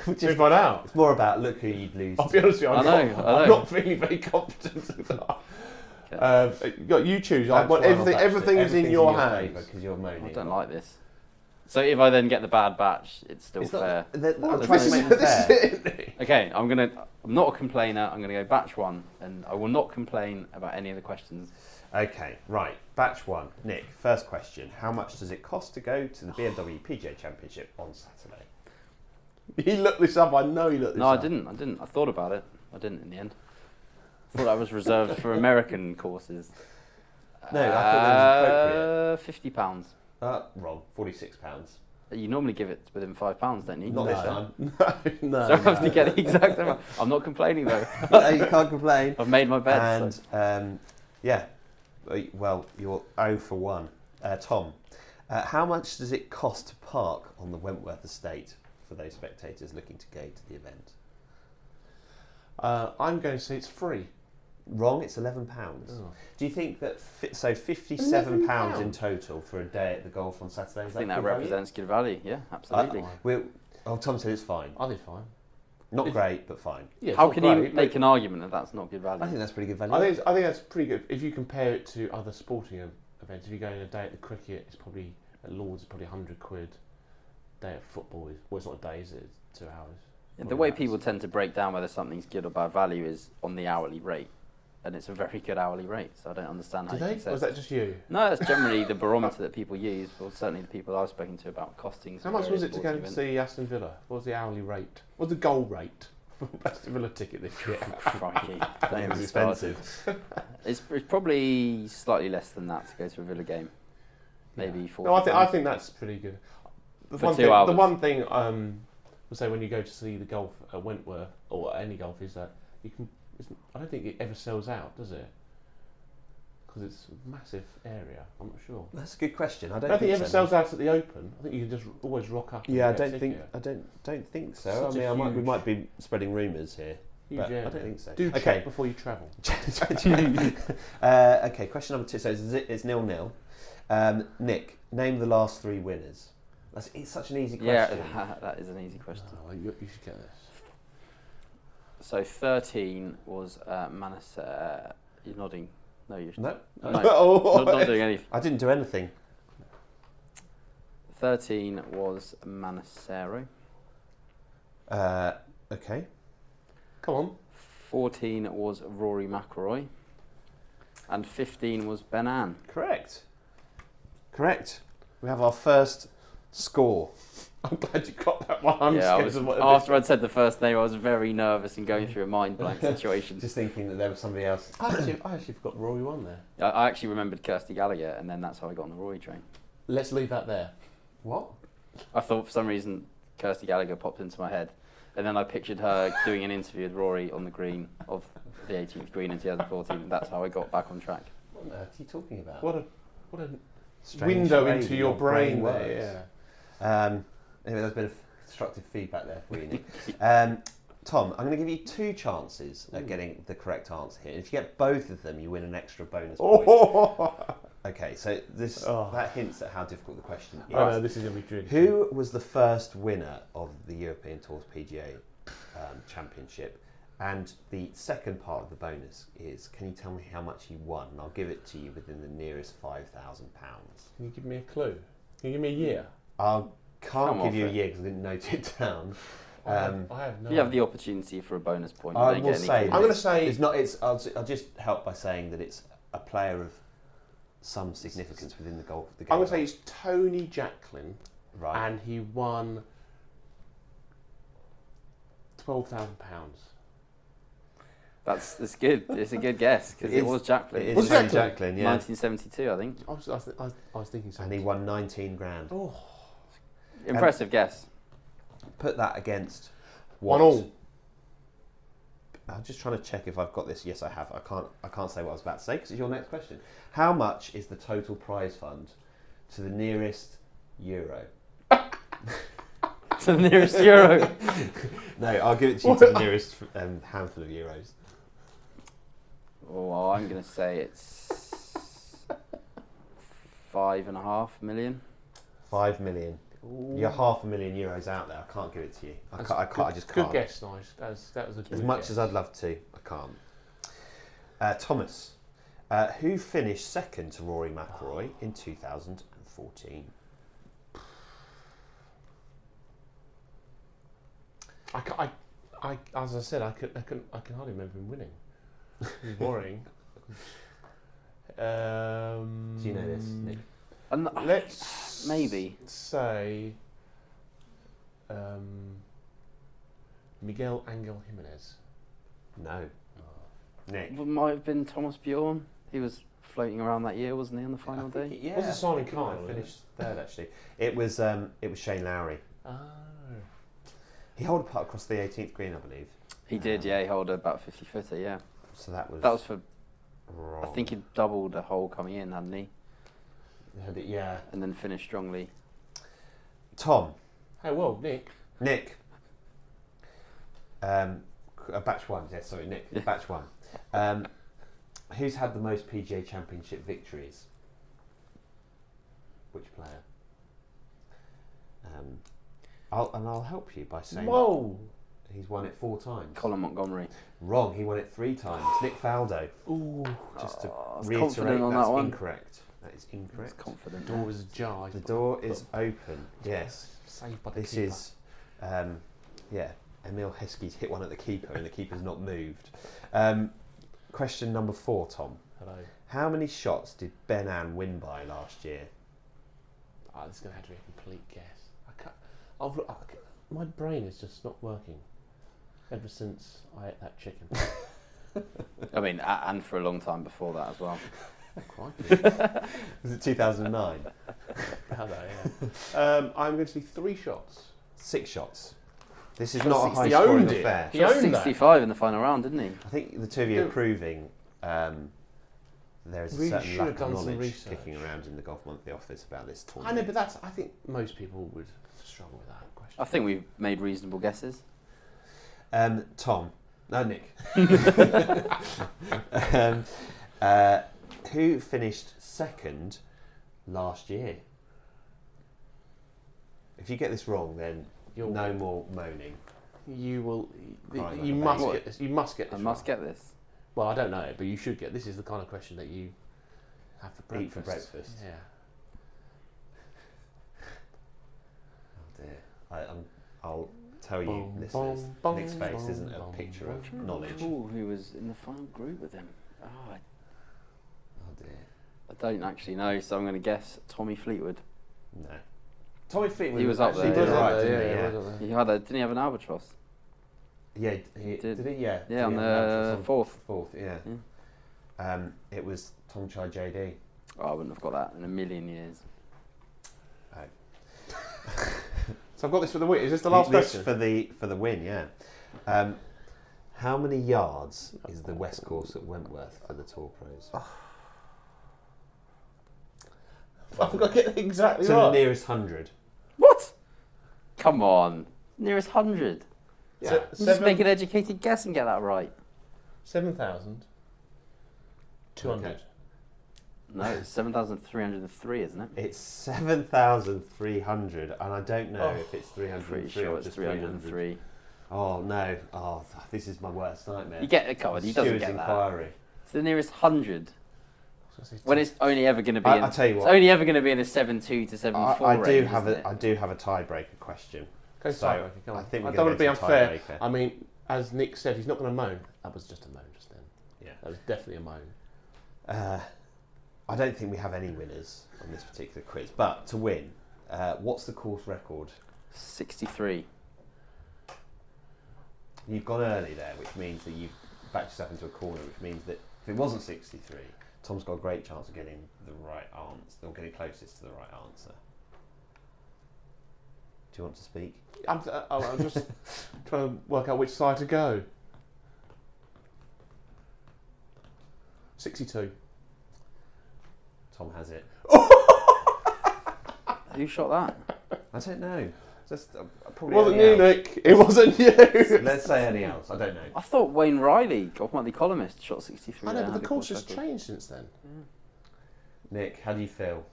A: Which
C: to
A: is,
C: find out.
A: it's more about look who you'd lose.
C: I'll
A: to.
C: be honest with you. I'm,
B: I know,
C: not,
B: I
C: I'm
B: know.
C: not feeling very confident. Um, you- you choose. I
A: Batch
C: want
A: one or
C: everything.
A: batch two.
C: Everything is
A: Everything's
C: in your
A: favour
C: hands.
A: 'cause you're moaning.
B: I don't like this. So if I then get the bad batch, it's still
A: It's not-
B: fair.
A: th- th- I'm
B: There's
A: trying to
B: no-
A: make it
C: This is
A: fair.
C: it.
B: Okay, I'm gonna. I'm not a complainer. I'm gonna go batch one, and I will not complain about any of the questions.
A: Okay, right. Batch one. Nick, first question. How much does it cost to go to the BMW PGA Championship on Saturday?
C: He looked this up. I know he looked this
B: No, I
C: up.
B: didn't. I didn't. I thought about it. I didn't in the end. I thought that was reserved for American courses.
A: No, I thought that was appropriate.
B: Uh, Fifty pounds.
A: Uh, wrong. Forty-six pounds.
B: You normally give it within five pounds, don't you?
A: Not this
C: No.
A: time.
C: didn't. No,
B: so
C: no.
B: I have to get the exact amount. I'm not complaining though.
A: no, you can't complain.
B: I've made my bed. so-
A: And um, yeah, Uh, well, you're 0 for 1. Uh, Tom, uh, how much does it cost to park on the Wentworth estate for those spectators looking to go to the event?
C: Uh, I'm going to say it's free.
A: Wrong. It's eleven pounds.
C: Oh.
A: Do you think that fi- so fifty-seven pounds in
C: £11?
A: total for a day at the golf on Saturday?
B: I
A: Is
B: think that
A: good value?
B: represents good value. Yeah, absolutely.
C: Uh,
A: We're, oh, Tom said it's fine.
C: Are they fine?
A: Not
C: If-
A: great, but fine.
C: Yeah,
B: How
C: it's
B: can
C: not
B: you
C: great,
B: make
C: but
B: an argument that that's not good value?
A: I think that's pretty good value.
C: I think it's, I think that's pretty good if you compare it to other sporting ev- events. If you're going a day at the cricket, it's probably at Lords, it's probably hundred quid. Day at football is well, it's not a day, is it? It's two hours.
B: Yeah, the way people tend to break down whether something's good or bad value is on the hourly rate, and it's a very good hourly rate. So I don't understand how
C: Do
B: you
C: they?
B: can
C: Or
B: say
C: is that just you?
B: no. That's generally the barometer that people use, or certainly the people I've spoken to about costings.
C: How
B: of
C: much was
B: various
C: it to go
B: sporting
C: and
B: events.
C: see Aston Villa? What was the hourly rate? What was the goal rate for Aston Villa ticket this year?
B: Crikey, don't
A: it
B: even
A: was
B: start.
A: expensive.
B: It's, it's probably slightly less than that to go to a Villa game. Maybe
C: Yeah.
B: four.
C: No, I think I think that's pretty good. The
B: For
C: one
B: two
C: thing,
B: hours.
C: The one thing um, we'll say when you go to see the golf at Wentworth or any golf is that you can. It's, I don't think it ever sells out, does it? Because it's a massive area. I'm not sure.
A: That's a good question. I
C: I
A: don't,
C: don't think it
A: so,
C: ever
A: no.
C: sells out at the Open. I think you can just always rock up. and
A: Yeah, I
C: get a
A: don't think
C: ticket.
A: I don't don't think so.
C: Such
A: I
C: a
A: mean, I might, we
C: huge-
A: might be spreading rumours here.
C: Huge
A: but I
C: area.
A: don't think so.
C: Do
A: Okay.
C: check before you travel.
A: uh, okay, question number two. So it's, zi- it's nil nil. Um, Nick, name the last three winners. That's it's such an easy
B: yeah,
A: question.
B: that is an easy question.
C: Oh, you, you should get this.
B: So thirteen was uh, Manas. Uh, you're nodding. No, you're
A: No,
B: No.
A: Oh,
B: not, not doing anything.
A: I didn't do anything.
B: 13 was Manasero.
A: Uh, okay,
C: Come on.
B: 14 was Rory McIlroy. And 15 was Benan.
A: correct, correct. We have our first score.
C: I'm glad you got that one. I'm
B: yeah, I
C: scared
B: was,
C: of what
B: after I'd said the first name, I was very nervous and going through a mind blank situation.
A: Just thinking that there was somebody else.
C: I actually, I actually forgot Rory won there.
B: I, I actually remembered Kirsty Gallagher, and then that's how I got on the Rory train.
C: Let's leave that there. What?
B: I thought for some reason Kirsty Gallagher popped into my head, and then I pictured her doing an interview with Rory on the green of the 18th green in 2014, and that's how I got back on track.
A: What on earth are you talking about?
C: What a what a
A: Strange
C: window
A: way
C: into
A: that
C: your, brain,
A: works.
C: there.
A: Um, anyway, there's a bit of constructive feedback there for you, Nick. Um, Tom, I'm going to give you two chances at
B: Hmm.
A: getting the correct answer here. If you get both of them, you win an extra bonus point.
C: Oh,
A: Okay, so this
C: Oh.
A: that hints at how difficult the question is.
C: I know this is gonna be tricky.
A: Who was the first winner of the European Tours PGA um, Championship? And the second part of the bonus is, can you tell me how much you won? And I'll give it to you within the nearest five thousand pounds.
C: Can you give me a clue? Can you give me a year?
A: I can't
B: Come
A: give
B: off
A: you a
B: it.
A: year because I didn't note it down.
C: I have-
A: Um,
C: I have no.
B: You have the opportunity for a bonus point. You
A: I
B: don't
A: will
B: get any
A: say,
B: clues.
C: I'm gonna say-
A: it's not. It's. I'll, ju- I'll just help by saying that it's a player of some significance within the golf. The game.
C: I'm gonna say it's Tony Jacklin,
A: right.
C: and he won twelve thousand pounds.
B: That's that's good. It's a good guess because
A: It
B: it,
A: is-
B: was Jacqueline.
A: it is
C: Was
A: Tony
C: Jacqueline?
A: Jacqueline, yeah,
B: 1972, I think.
C: I was, I was, I was, I was thinking
A: and he
C: something.
A: won 19 grand.
C: Oh,
B: Impressive guess.
A: Put that against what?
C: one all.
A: I'm just trying to check if I've got this. Yes, I have. I can't. I can't say what I was about to say because it's your next question. How much is the total prize fund to the nearest euro?
B: to the nearest euro.
A: No, I'll give it to you to the nearest um, handful of euros.
B: Oh, well, I'm going to say it's five and a half million.
A: Five million. You're half a million euros out there. I can't give it to you. I,
C: That's
A: can't, I, can't,
C: good,
A: I just
C: good
A: can't.
C: guess, nice. That was, that was a good
A: As much
C: guess.
A: as I'd love to, I can't. Uh, Thomas, uh, who finished second to Rory McIlroy in 2014?
C: I, ca- I, I, as I said, I can, I can, I can hardly remember him winning. It's boring. um,
A: Do you know this, Nick?
B: And
C: Let's
B: maybe.
C: say um, Miguel Angel Jimenez.
A: No. Nick.
B: Well, might have been Thomas Bjorn. He was floating around that year, wasn't he, on the final
A: I think
B: day?
A: it- yeah. Oh,
C: Was it Simon
A: I think he might
C: Cowell,
A: have
C: wasn't
A: Finished third, actually. It was, um, it was Shane Lowry.
C: Oh,
A: He holed a putt across the 18th green, I believe.
B: He did, yeah. He held about 50 footer, yeah.
A: So that was.
B: That was for, I
A: wrong.
B: think he doubled a hole coming in, hadn't he?
A: Had it- Yeah.
B: And then finished strongly.
A: Tom,
C: hey, well, Nick.
A: Nick. Um, c- uh, batch one, yeah, sorry, Nick, batch one. Um, Who's had the most PGA Championship victories? Which player? Um, I'll, and I'll help you by saying
C: Whoa!
A: he's won it four times.
B: Colin Montgomery.
A: Wrong. He won it three times. Nick Faldo.
C: Ooh,
A: Just to
B: Oh, I was
A: reiterate,
B: confident on
A: that's
B: that one.
A: incorrect. That is
B: I was
A: incorrect.
B: confident.
C: door was ajar.
A: The door is open. Yes.
C: Saved by the
A: This
C: keeper.
A: is, um, yeah, Emil Heskey's hit one at the keeper and the keeper's not moved. Um, question number four, Tom.
C: Hello.
A: How many shots did Ben Ann win by last year?
C: Ah, this is going to have to be a complete guess. I can't. I've, lo- I, ca- my brain is just not working. Ever since I ate that chicken. Oh,
B: I mean, a- and for a long time before that as well.
C: Crikey.
A: Was it 2009?
C: Hello. Yeah. Um, I'm going to see three shots.
A: Six shots. This is
B: Shot
A: not a
B: six.
A: high
C: He
A: scoring
C: owned it.
A: affair.
C: He
B: He was
C: owned that.
B: 65 in the final round, didn't he?
A: I think the two of you are
C: Dude.
A: proving um, there is
C: Really
A: a certain
C: should
A: lack
C: have
A: of
C: done some
A: knowledge
C: research.
A: kicking around in the Golf Monthly office about this
C: I
A: tournament.
C: know, but that's. I think most people would struggle with that question.
B: I think we've made reasonable guesses.
A: Um, Tom, no, Nick. um, uh, who finished second last year? If you get this wrong, then
C: You'll-
A: no more moaning.
C: You will. You,
A: Crying like
C: you
A: a
C: must
B: baby.
C: get this. You must get
B: I
C: this.
B: must
C: right.
B: get this.
C: Well, I don't know, but you should get. This is the kind of question that you have for breakfast.
A: Eat for breakfast.
C: Yeah.
A: Oh dear. I, i I'll tell you,
C: Bong,
A: listeners,
C: bong,
A: Nick's
C: bong,
A: face isn't a
C: bong,
A: picture
C: bong.
A: of knowledge. Oh
B: Ooh, who was in the final group with him? Oh, I,
A: Oh, dear.
B: I don't actually know, so I'm going to guess Tommy Fleetwood.
A: No. Tommy Fleetwood
B: He was up
A: actually
B: there,
A: did
B: yeah.
A: alright,
C: yeah,
A: didn't he?
C: yeah,
A: Yeah.
C: was up there.
B: He had a, didn't he have an albatross?
A: Yeah, he, did.
B: Did.
A: he? Yeah.
B: Yeah,
A: Did he have
B: on
A: an
B: the
A: absence
B: fourth.
A: on fourth? Yeah.
B: Yeah.
A: Um, it was Tom Chai JD.
B: Oh, I wouldn't have got that in a million years.
C: So I've got this for the week. Is this the
A: Th-
C: last
A: this
C: question?
A: for the for the win. Yeah. Um, how many yards is the West Course at Wentworth for the Tour Pros?
C: I've got to get it exactly
A: to the
C: right.
A: nearest hundred.
B: What? Come on. Nearest 100.
A: Yeah.
C: Se-
B: Just make
C: seven
B: an educated guess and get that right.
C: seven thousand two hundred.
A: Okay.
B: No, it's 7,303, isn't it?
A: It's seven thousand three hundred, and I don't know
C: Oh,
A: if it's three
B: I'm
A: hundred.
B: pretty sure it's 303.
A: Oh no! Oh, th- this is my worst nightmare.
B: You get it covered. He doesn't
A: Stewards
B: get that.
A: inquiry.
B: It's the nearest 100.
C: I was gonna say
B: When it's only ever going to be
A: I-
B: in.
A: I tell you what.
B: It's only ever going to be in a 7.2 to 7.4.
A: I, I do
B: range,
A: have
B: isn't
A: a
B: it?
A: I do have a tiebreaker question.
C: Oh, Go
A: So,
C: tiebreaker, come
A: I
C: on.
A: think we're
C: I don't
A: gonna
C: want to be
A: go to
C: unfair.
A: tiebreaker.
C: I mean, as Nick said, he's not going to moan. That was just a moan just then.
A: Yeah.
C: That was definitely a moan.
A: Uh, I don't think we have any winners on this particular quiz, but to win, uh, what's the course record?
B: 63.
A: You've gone early there, which means that you've backed yourself into a corner, which means that if it wasn't 63, Tom's got a great chance of getting the right answer, or getting closest to the right answer. Do you want to speak?
C: I'm, uh, oh, I'm just trying to work out which side to go. 62.
A: Tom has it.
B: Who shot that?
A: I don't know. Just uh,
C: It
A: probably.
C: wasn't
A: any
C: you,
A: else.
C: Nick. It wasn't you.
A: Let's say any else. I don't know.
B: I thought Wayne Riley, Golf Monthly columnist, shot 63.
C: I know,
B: They
C: but
B: had
C: the course has
B: record.
C: changed since then.
A: Nick, how do you feel?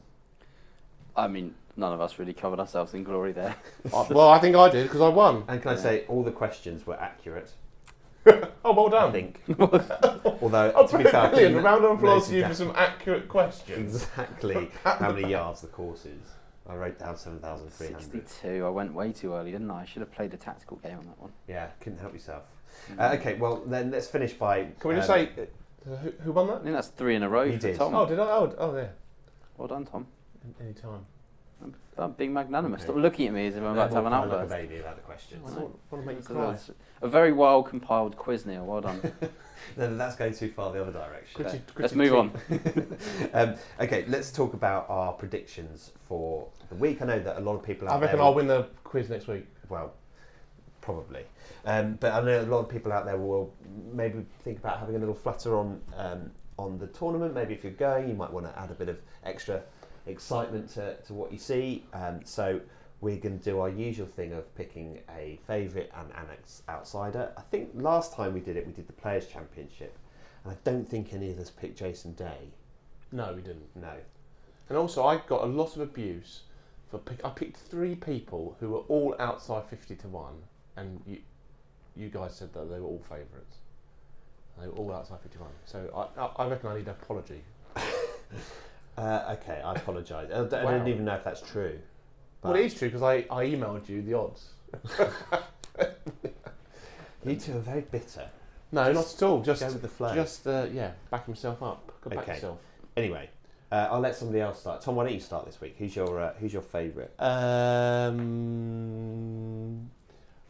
B: I mean, none of us really covered ourselves in glory there.
C: I- well, I think I did because I won.
A: And can I say all the questions were accurate?
C: Oh, well
A: I
C: done.
A: think. Although
C: Oh,
A: to be fair, I think
C: brilliant.
A: no-
C: A round of applause to you
A: noted
C: for some accurate questions.
A: exactly how many yards the course is. I wrote down 7,300.
B: 62. I went way too early, didn't I? I should have played a tactical game on that one.
A: Yeah, couldn't help yourself. Uh, okay, well, then let's finish by.
C: Can we just
A: um,
C: say uh, who, who won
B: I
C: that?
B: think that's three in a row
A: You
B: for
A: did.
B: Tom.
C: Oh, did I? Oh, oh there.
B: Well done, Tom.
C: Any time.
B: I'm being magnanimous.
A: Okay.
B: Stop looking at me as if I'm about to have an
A: I'm like a
B: outburst.
A: baby about the
C: I
A: questions.
B: Right.
C: want to make you
B: So
C: cry.
B: that's A very well compiled quiz, Neil. Well done.
A: No, that's going too far the other direction.
C: Gritty-
B: Okay. Let's
C: gritty
B: move on.
A: um, okay, let's talk about our predictions for the week. I know that a lot of people out
C: I reckon
A: there.
C: I'll win the quiz next week.
A: Well, probably. Um, but I know a lot of people out there will maybe think about having a little flutter on um, on the tournament. Maybe if you're going, you might want to add a bit of extra excitement to, to what you see. Um, so we're going to do our usual thing of picking a favourite and an ex- outsider. I think last time we did it, we did the Players Championship. And I don't think any of us picked Jason Day.
C: No, we didn't.
A: No.
C: And also, I got a lot of abuse for pick. I picked three people who were all outside fifty to one, and you, you guys said that they were all favourites. They were all outside fifty one. So I, I, I reckon I need an apology.
A: Uh, okay, I apologise. I, don't- I
C: Wow.
A: don't even know if that's true. But
C: well, it is true because I, I emailed you the odds.
A: you two are very bitter.
C: No, not at all. Just
A: Go with the flow.
C: just uh, yeah, back himself up. Go back
A: Okay.
C: yourself.
A: Anyway, uh, I'll let somebody else start. Tom, why don't you start this week? Who's your uh, Who's your favourite?
C: Um,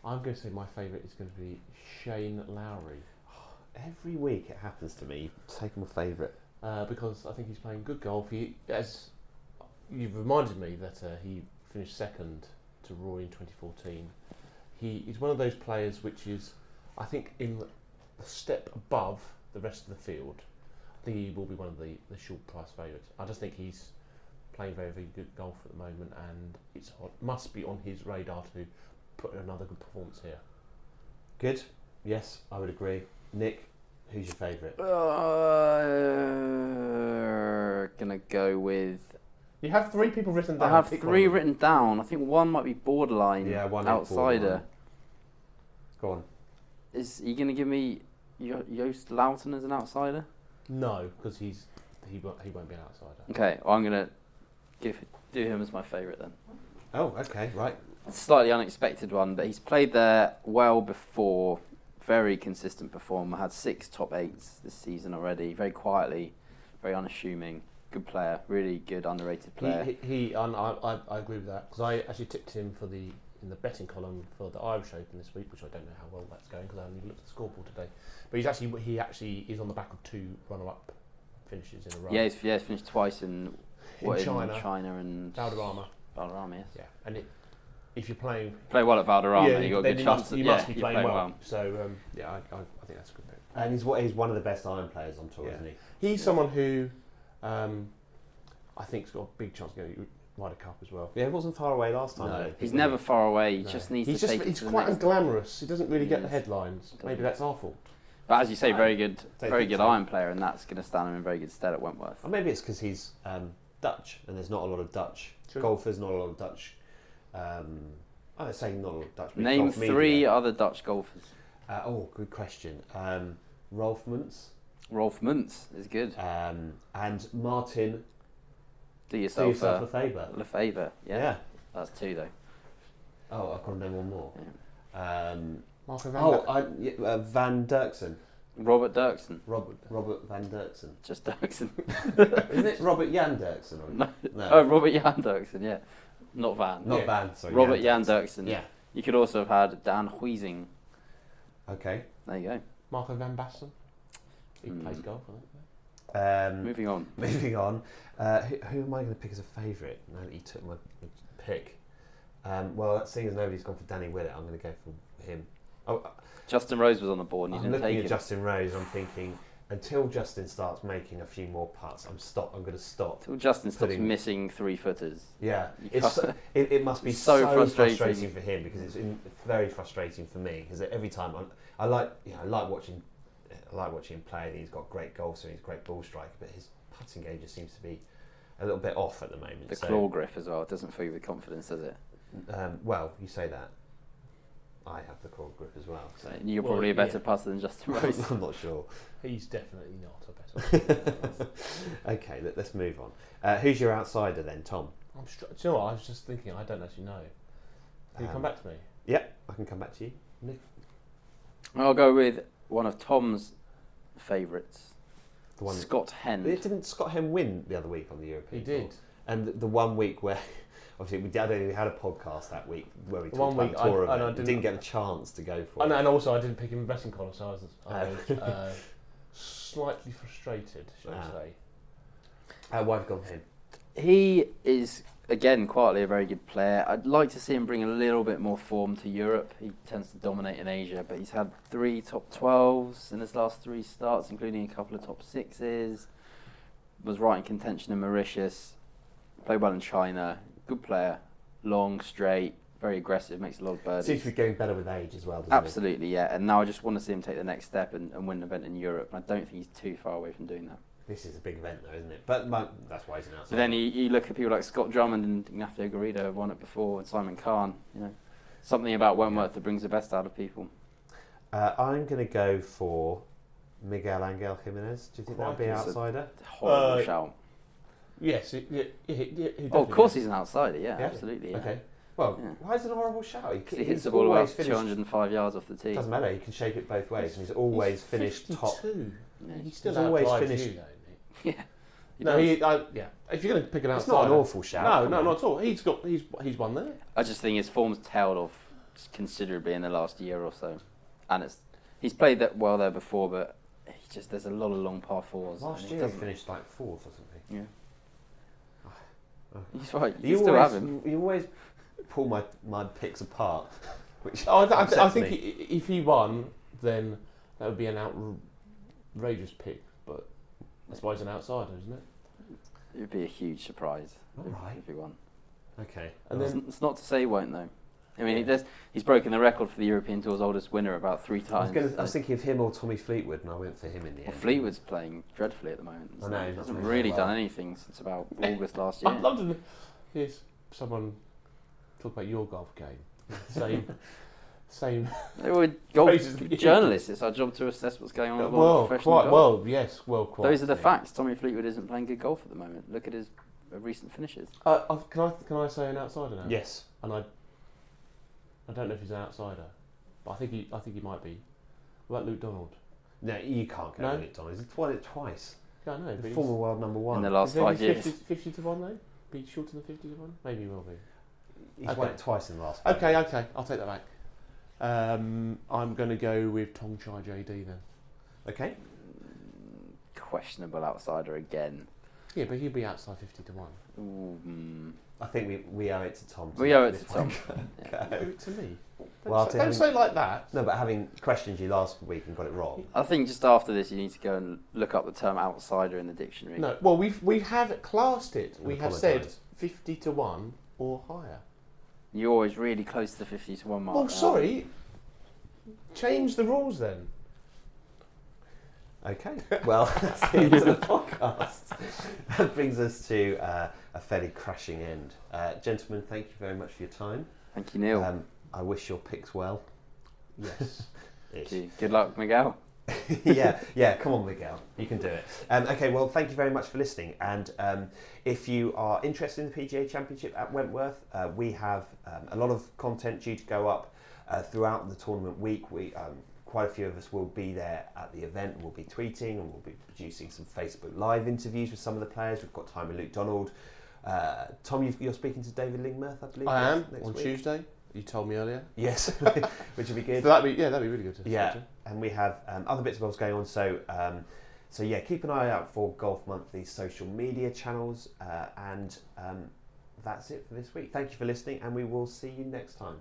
C: I'm going to say my favourite is going to be Shane Lowry
A: Every week it happens to me. You take my favourite.
C: uh, because I think he's playing good golf. He, as you've reminded me that uh, he finished second to Roy in 2014. He is one of those players which is, I think, in the step above the rest of the field. I think he will be one of the, the short price favourites. I just think he's playing very, very good golf at the moment, and it's on, must be on his radar to put in another good performance here.
A: Good. Yes, I would agree. Nick, who's your favourite?
B: Uh, gonna go with.
C: You have three people written down.
B: I have
C: Oh, Pick
B: three
C: one.
B: written down. I think one might be borderline
A: Yeah, one is
B: outsider.
A: borderline. Go on.
B: Is you gonna give me Jo- Joost Lauten as an outsider?
C: No, because he's he won't, he won't be an outsider.
B: Okay, well, I'm gonna give do him as my favourite then.
A: Oh, okay, right.
B: Slightly unexpected one, but he's played there well before. Very consistent performer. Had six top eights this season already. Very quietly, very unassuming. Good player. Really good underrated player.
C: He, he, he and I, I, I agree with that because I actually tipped him for the in the betting column for the Irish Open this week, which I don't know how well that's going because I only looked at the scoreboard today. But he's actually he actually is on the back of two runner-up finishes in a row.
B: Yeah, he's, yeah, he's finished twice in,
C: In
B: what,
C: China.
B: China and
C: Valderrama.
B: Valderrama, yes.
C: Yeah, and it, if you're playing,
B: Play well at Valderrama,
C: yeah,
B: you got a
C: then
B: good
C: you
B: chance.
C: must,
B: of-
C: you
B: yeah,
C: must be
B: you're
C: playing, well. So um, yeah, I, I, I think that's a good pick.
A: And he's what he's one of the best iron players on tour,
C: Yeah.
A: isn't he?
C: He's someone who um, I think's got a big chance of getting Ryder Cup as well.
A: Yeah, he wasn't far away last time.
C: No.
A: I don't
B: He's
A: think,
B: never far away. He
C: No.
B: just needs
C: he's
B: to
C: just,
B: take it
C: He's
B: to the
C: quite
B: next.
C: unglamorous. He doesn't really get the
B: Yes.
C: headlines. Maybe
B: Doesn't.
C: that's our fault.
B: But as you say,
A: I
B: very good,
A: don't
B: very
A: think
B: good
A: so.
B: iron player, and that's going to stand him in very good stead at Wentworth.
A: Or maybe it's because he's um, Dutch and there's not a lot of Dutch
C: True.
A: golfers, not a lot of Dutch. Um, I would say not a lot of Dutch. but
B: Name
A: golf media.
B: three other Dutch golfers.
A: Uh, oh, good question. Um, Rolf Muntz
B: Rolf Muntz is good.
A: um, and Martin. Do
B: Do yourself,
A: yourself a favour.
B: a favour. Yeah,
A: yeah.
B: that's two though.
A: Oh, I've got to name one more. Um,
C: Marco Van
A: oh, I, yeah, uh, Van Dirksen.
B: Robert Dirksen,
A: Robert, Robert Van Dirksen.
B: just Dirksen.
A: Isn't it Robert Jan Dirksen? Or,
B: No.
A: no.
B: oh, Robert Jan Dirksen. Yeah, not Van.
A: Not
C: Yeah.
A: Van, sorry.
B: Robert Jan Dirksen.
A: Yeah.
B: You could also have had Dan Huizing.
A: Okay.
B: There you go.
C: Marco Van Basten. He
B: Hmm.
C: plays golf, I think.
A: Um,
B: Moving on.
A: moving on. Uh, who, who am I going to pick as a favourite now that you took my pick? Um, well, seeing as nobody's gone for Danny Willett, I'm going to go for him. Oh,
B: Justin Rose was on the board and you
A: I'm
B: didn't
A: looking at
B: take him.
A: Justin Rose. I'm thinking until Justin starts making a few more putts, I'm stop. I'm going to stop.
B: Till Justin stops
A: Putting-
B: missing three footers.
A: Yeah,
B: You
A: it's so,
B: can't-
A: it, it must be
B: It's
A: so,
B: so
A: frustrating.
B: frustrating.
A: for him because it's in, very frustrating for me because every time I'm, I like you know, I like watching I like watching him play. He's got great golf, so he's a great ball striker, but his putting game just seems to be a little bit off at the moment.
B: The
A: so,
B: claw grip as well. It doesn't fill you with confidence, does it?
A: Um, well, you say that. I have the claw grip as well, so
B: So you're
C: Well,
B: probably a better
C: yeah.
B: passer than Justin Rose.
A: I'm not sure.
C: He's definitely not a better.
A: Okay, let, us move on. Uh, who's your outsider then, Tom?
C: I'm str- do you know what? I was just thinking. I don't actually know. Can you come
A: Um,
C: back to me?
A: Yep, I can come back to you.
B: I'll go with one of Tom's favourites,
A: The one.
B: Scott
A: It
B: Hend.
A: didn't Scott Hem win the other week on the European?
C: He did.
A: Tour? And the, the one week where, obviously, we, I don't think we had a podcast that week where we
C: The
A: talked
C: one
A: about
C: week
A: the tour
C: I-
A: event.
C: and I
A: You
C: didn't-
A: didn't get a chance to go for
C: And,
A: it.
C: Oh, and also, I didn't pick him in betting column, so I was, I
A: Oh.
C: was uh, slightly frustrated, should I
A: Ah.
C: say?
A: Uh, why have you gone for him?
B: He is, again, quietly a very good player. I'd like to see him bring a little bit more form to Europe. He tends to dominate in Asia, but he's had three top 12s in his last three starts, including a couple of top sixes. Was right in contention in Mauritius. Played well in China. Good player. Long, straight, very aggressive, makes a lot of birdies.
A: Seems to be getting better with age as well. Doesn't it?
B: Absolutely, yeah. And now I just want to see him take the next step and, and win an event in Europe. And I don't think he's too far away from doing that.
A: This is a big event, though, isn't it? But my, that's why he's an
B: But
A: outsider.
B: then you, you look at people like Scott Drummond and Ignacio Garrido have won it before, and Simon Kahn. You know, something about Wentworth that brings the best out of people.
A: uh, I'm going to go for Miguel Angel Jimenez. Do you think that would be an
B: Crikey, so-
A: outsider?
B: It's a Horrible
C: Uh,
B: shout.
C: Yes, it, yeah, yeah, he- yeah, he
B: Oh, of course
C: definitely
B: he's an outsider. Yeah,
A: Yeah.
B: absolutely. Yeah.
A: Okay. Well,
B: Yeah.
A: why is it an horrible shout? He,
B: Because
A: he's
B: he hits the ball about
A: always finished-
B: 205 yards off the tee.
A: Doesn't matter. He can shape it both ways, and he's always finished top.
C: 52.
B: Yeah,
C: He
B: he-
C: still
A: he's always
C: outdrives
A: finished-
C: You, though, isn't he?
B: yeah. He
C: no,
B: does.
C: he, I, yeah. If you're going to pick an outsider,
A: It's not an awful shout.
C: No,
A: come
C: no,
A: on.
C: not at all. He's got he's he's won there.
B: I just think his form's tailed off considerably in the last year or so, and it's he's played that well there before, but he just there's a lot of long par fours. and
A: Last
B: he
A: year he
B: doesn't-
A: finished like fourth or something.
B: Yeah.
A: Oh.
B: He's right. You,
A: You
B: can still
A: always,
B: have him.
A: you always pull my, my picks apart. Which
C: Oh, I, th- I, th- I
A: upsets
C: think
A: me.
C: i- if he won, then that would be an outrageous pick. But that's why he's an outsider, isn't it?
B: It would be a huge surprise if,
A: Alright.
B: if he won.
A: Okay.
C: And
B: It's,
C: then-
B: it's not to say he won't though. I mean, he
A: Yeah.
B: does, he's broken the record for the European Tour's oldest winner about three
A: I was,
B: times.
A: gonna, I was
B: so-
A: thinking of him or Tommy Fleetwood, and I went for him in the
B: well,
A: end.
B: Fleetwood's playing dreadfully at the moment.
A: I
B: so
A: know,
B: He
A: he's not
B: hasn't
A: playing that
B: really
A: well.
B: done anything since about August last year.
C: I'd love to. kn- Here's someone talk about your golf game. Same, same.
B: They were golf
C: Praises the-
B: journalists. It's our job to assess what's going on with
C: well,
B: all
C: quite
B: professional golf.
C: well. Yes, well, quite.
B: Those are the
C: yeah.
B: facts. Tommy Fleetwood isn't playing good golf at the moment. Look at his uh, recent finishes.
C: Uh, I've- can I can I say an outsider now?
A: Yes.
C: And I, I don't know if he's an outsider, but I think he I think he might be. What about Luke Donald?
A: No, you can't go
C: No?
A: no. it, Don. He's won it twice.
C: Yeah, I know. but he's-
A: Former world number one.
B: In the last
C: Is there
B: five
C: any
B: years.
C: 50, 50 to 1 though? Be shorter than 50 to 1? Maybe he will be.
A: He's won
C: Okay.
A: it twice in the last. five
C: Okay,
A: years.
C: okay, I'll take that back. Um, I'm going to go with Tong Chai JD then.
A: Okay.
B: Questionable outsider again.
C: Yeah, but he'll be outside 50 to 1.
B: Ooh, mm.
A: I think we, we owe it to Tom. to
B: We
A: let
B: owe it
A: this
B: to
A: one
B: Tom.
A: go.
C: Give it to me. Don't,
A: Well, I'll
C: say,
A: tell
C: don't
A: you-
C: say like that.
A: No, but having questioned you last week and got it wrong.
B: I think just after this, you need to go and look up the term outsider in the dictionary.
C: No, well, we've, we have classed it.
A: And
C: we have said
A: apologise.
C: 50 to 1 or higher.
B: You're always really close to the 50 to 1 mark.
C: Well,
B: now.
C: Oh, sorry. Change the rules then.
A: Okay. Well, that's the end of the podcast. That brings us to uh, a fairly crashing end. Uh, gentlemen, thank you very much for your time.
B: Thank you, Neil.
A: Um, I wish your picks well.
C: Yes.
B: Thank you. Good luck, Miguel.
A: yeah, yeah, come on, Miguel. You can do it. Um, okay, well, thank you very much for listening. And um, if you are interested in the PGA Championship at Wentworth, uh, we have um, a lot of content due to go up uh, throughout the tournament week. We um, Quite a few of us will be there at the event. We'll be tweeting and we'll be producing some Facebook Live interviews with some of the players. We've got time with Luke Donald. Uh, Tom, you've, you're speaking to David Lingmerth, I believe.
C: I am
A: next
C: on
A: week.
C: Tuesday. You told me earlier.
A: Yes, which would be
C: So
A: good.
C: that'd be, yeah, that'd be really good. to-
A: Yeah, and we have um, other bits and bobs going on. So, um, so yeah, keep an eye out for Golf Monthly's social media channels. Uh, and um, that's it for this week. Thank you for listening, and we will see you next time.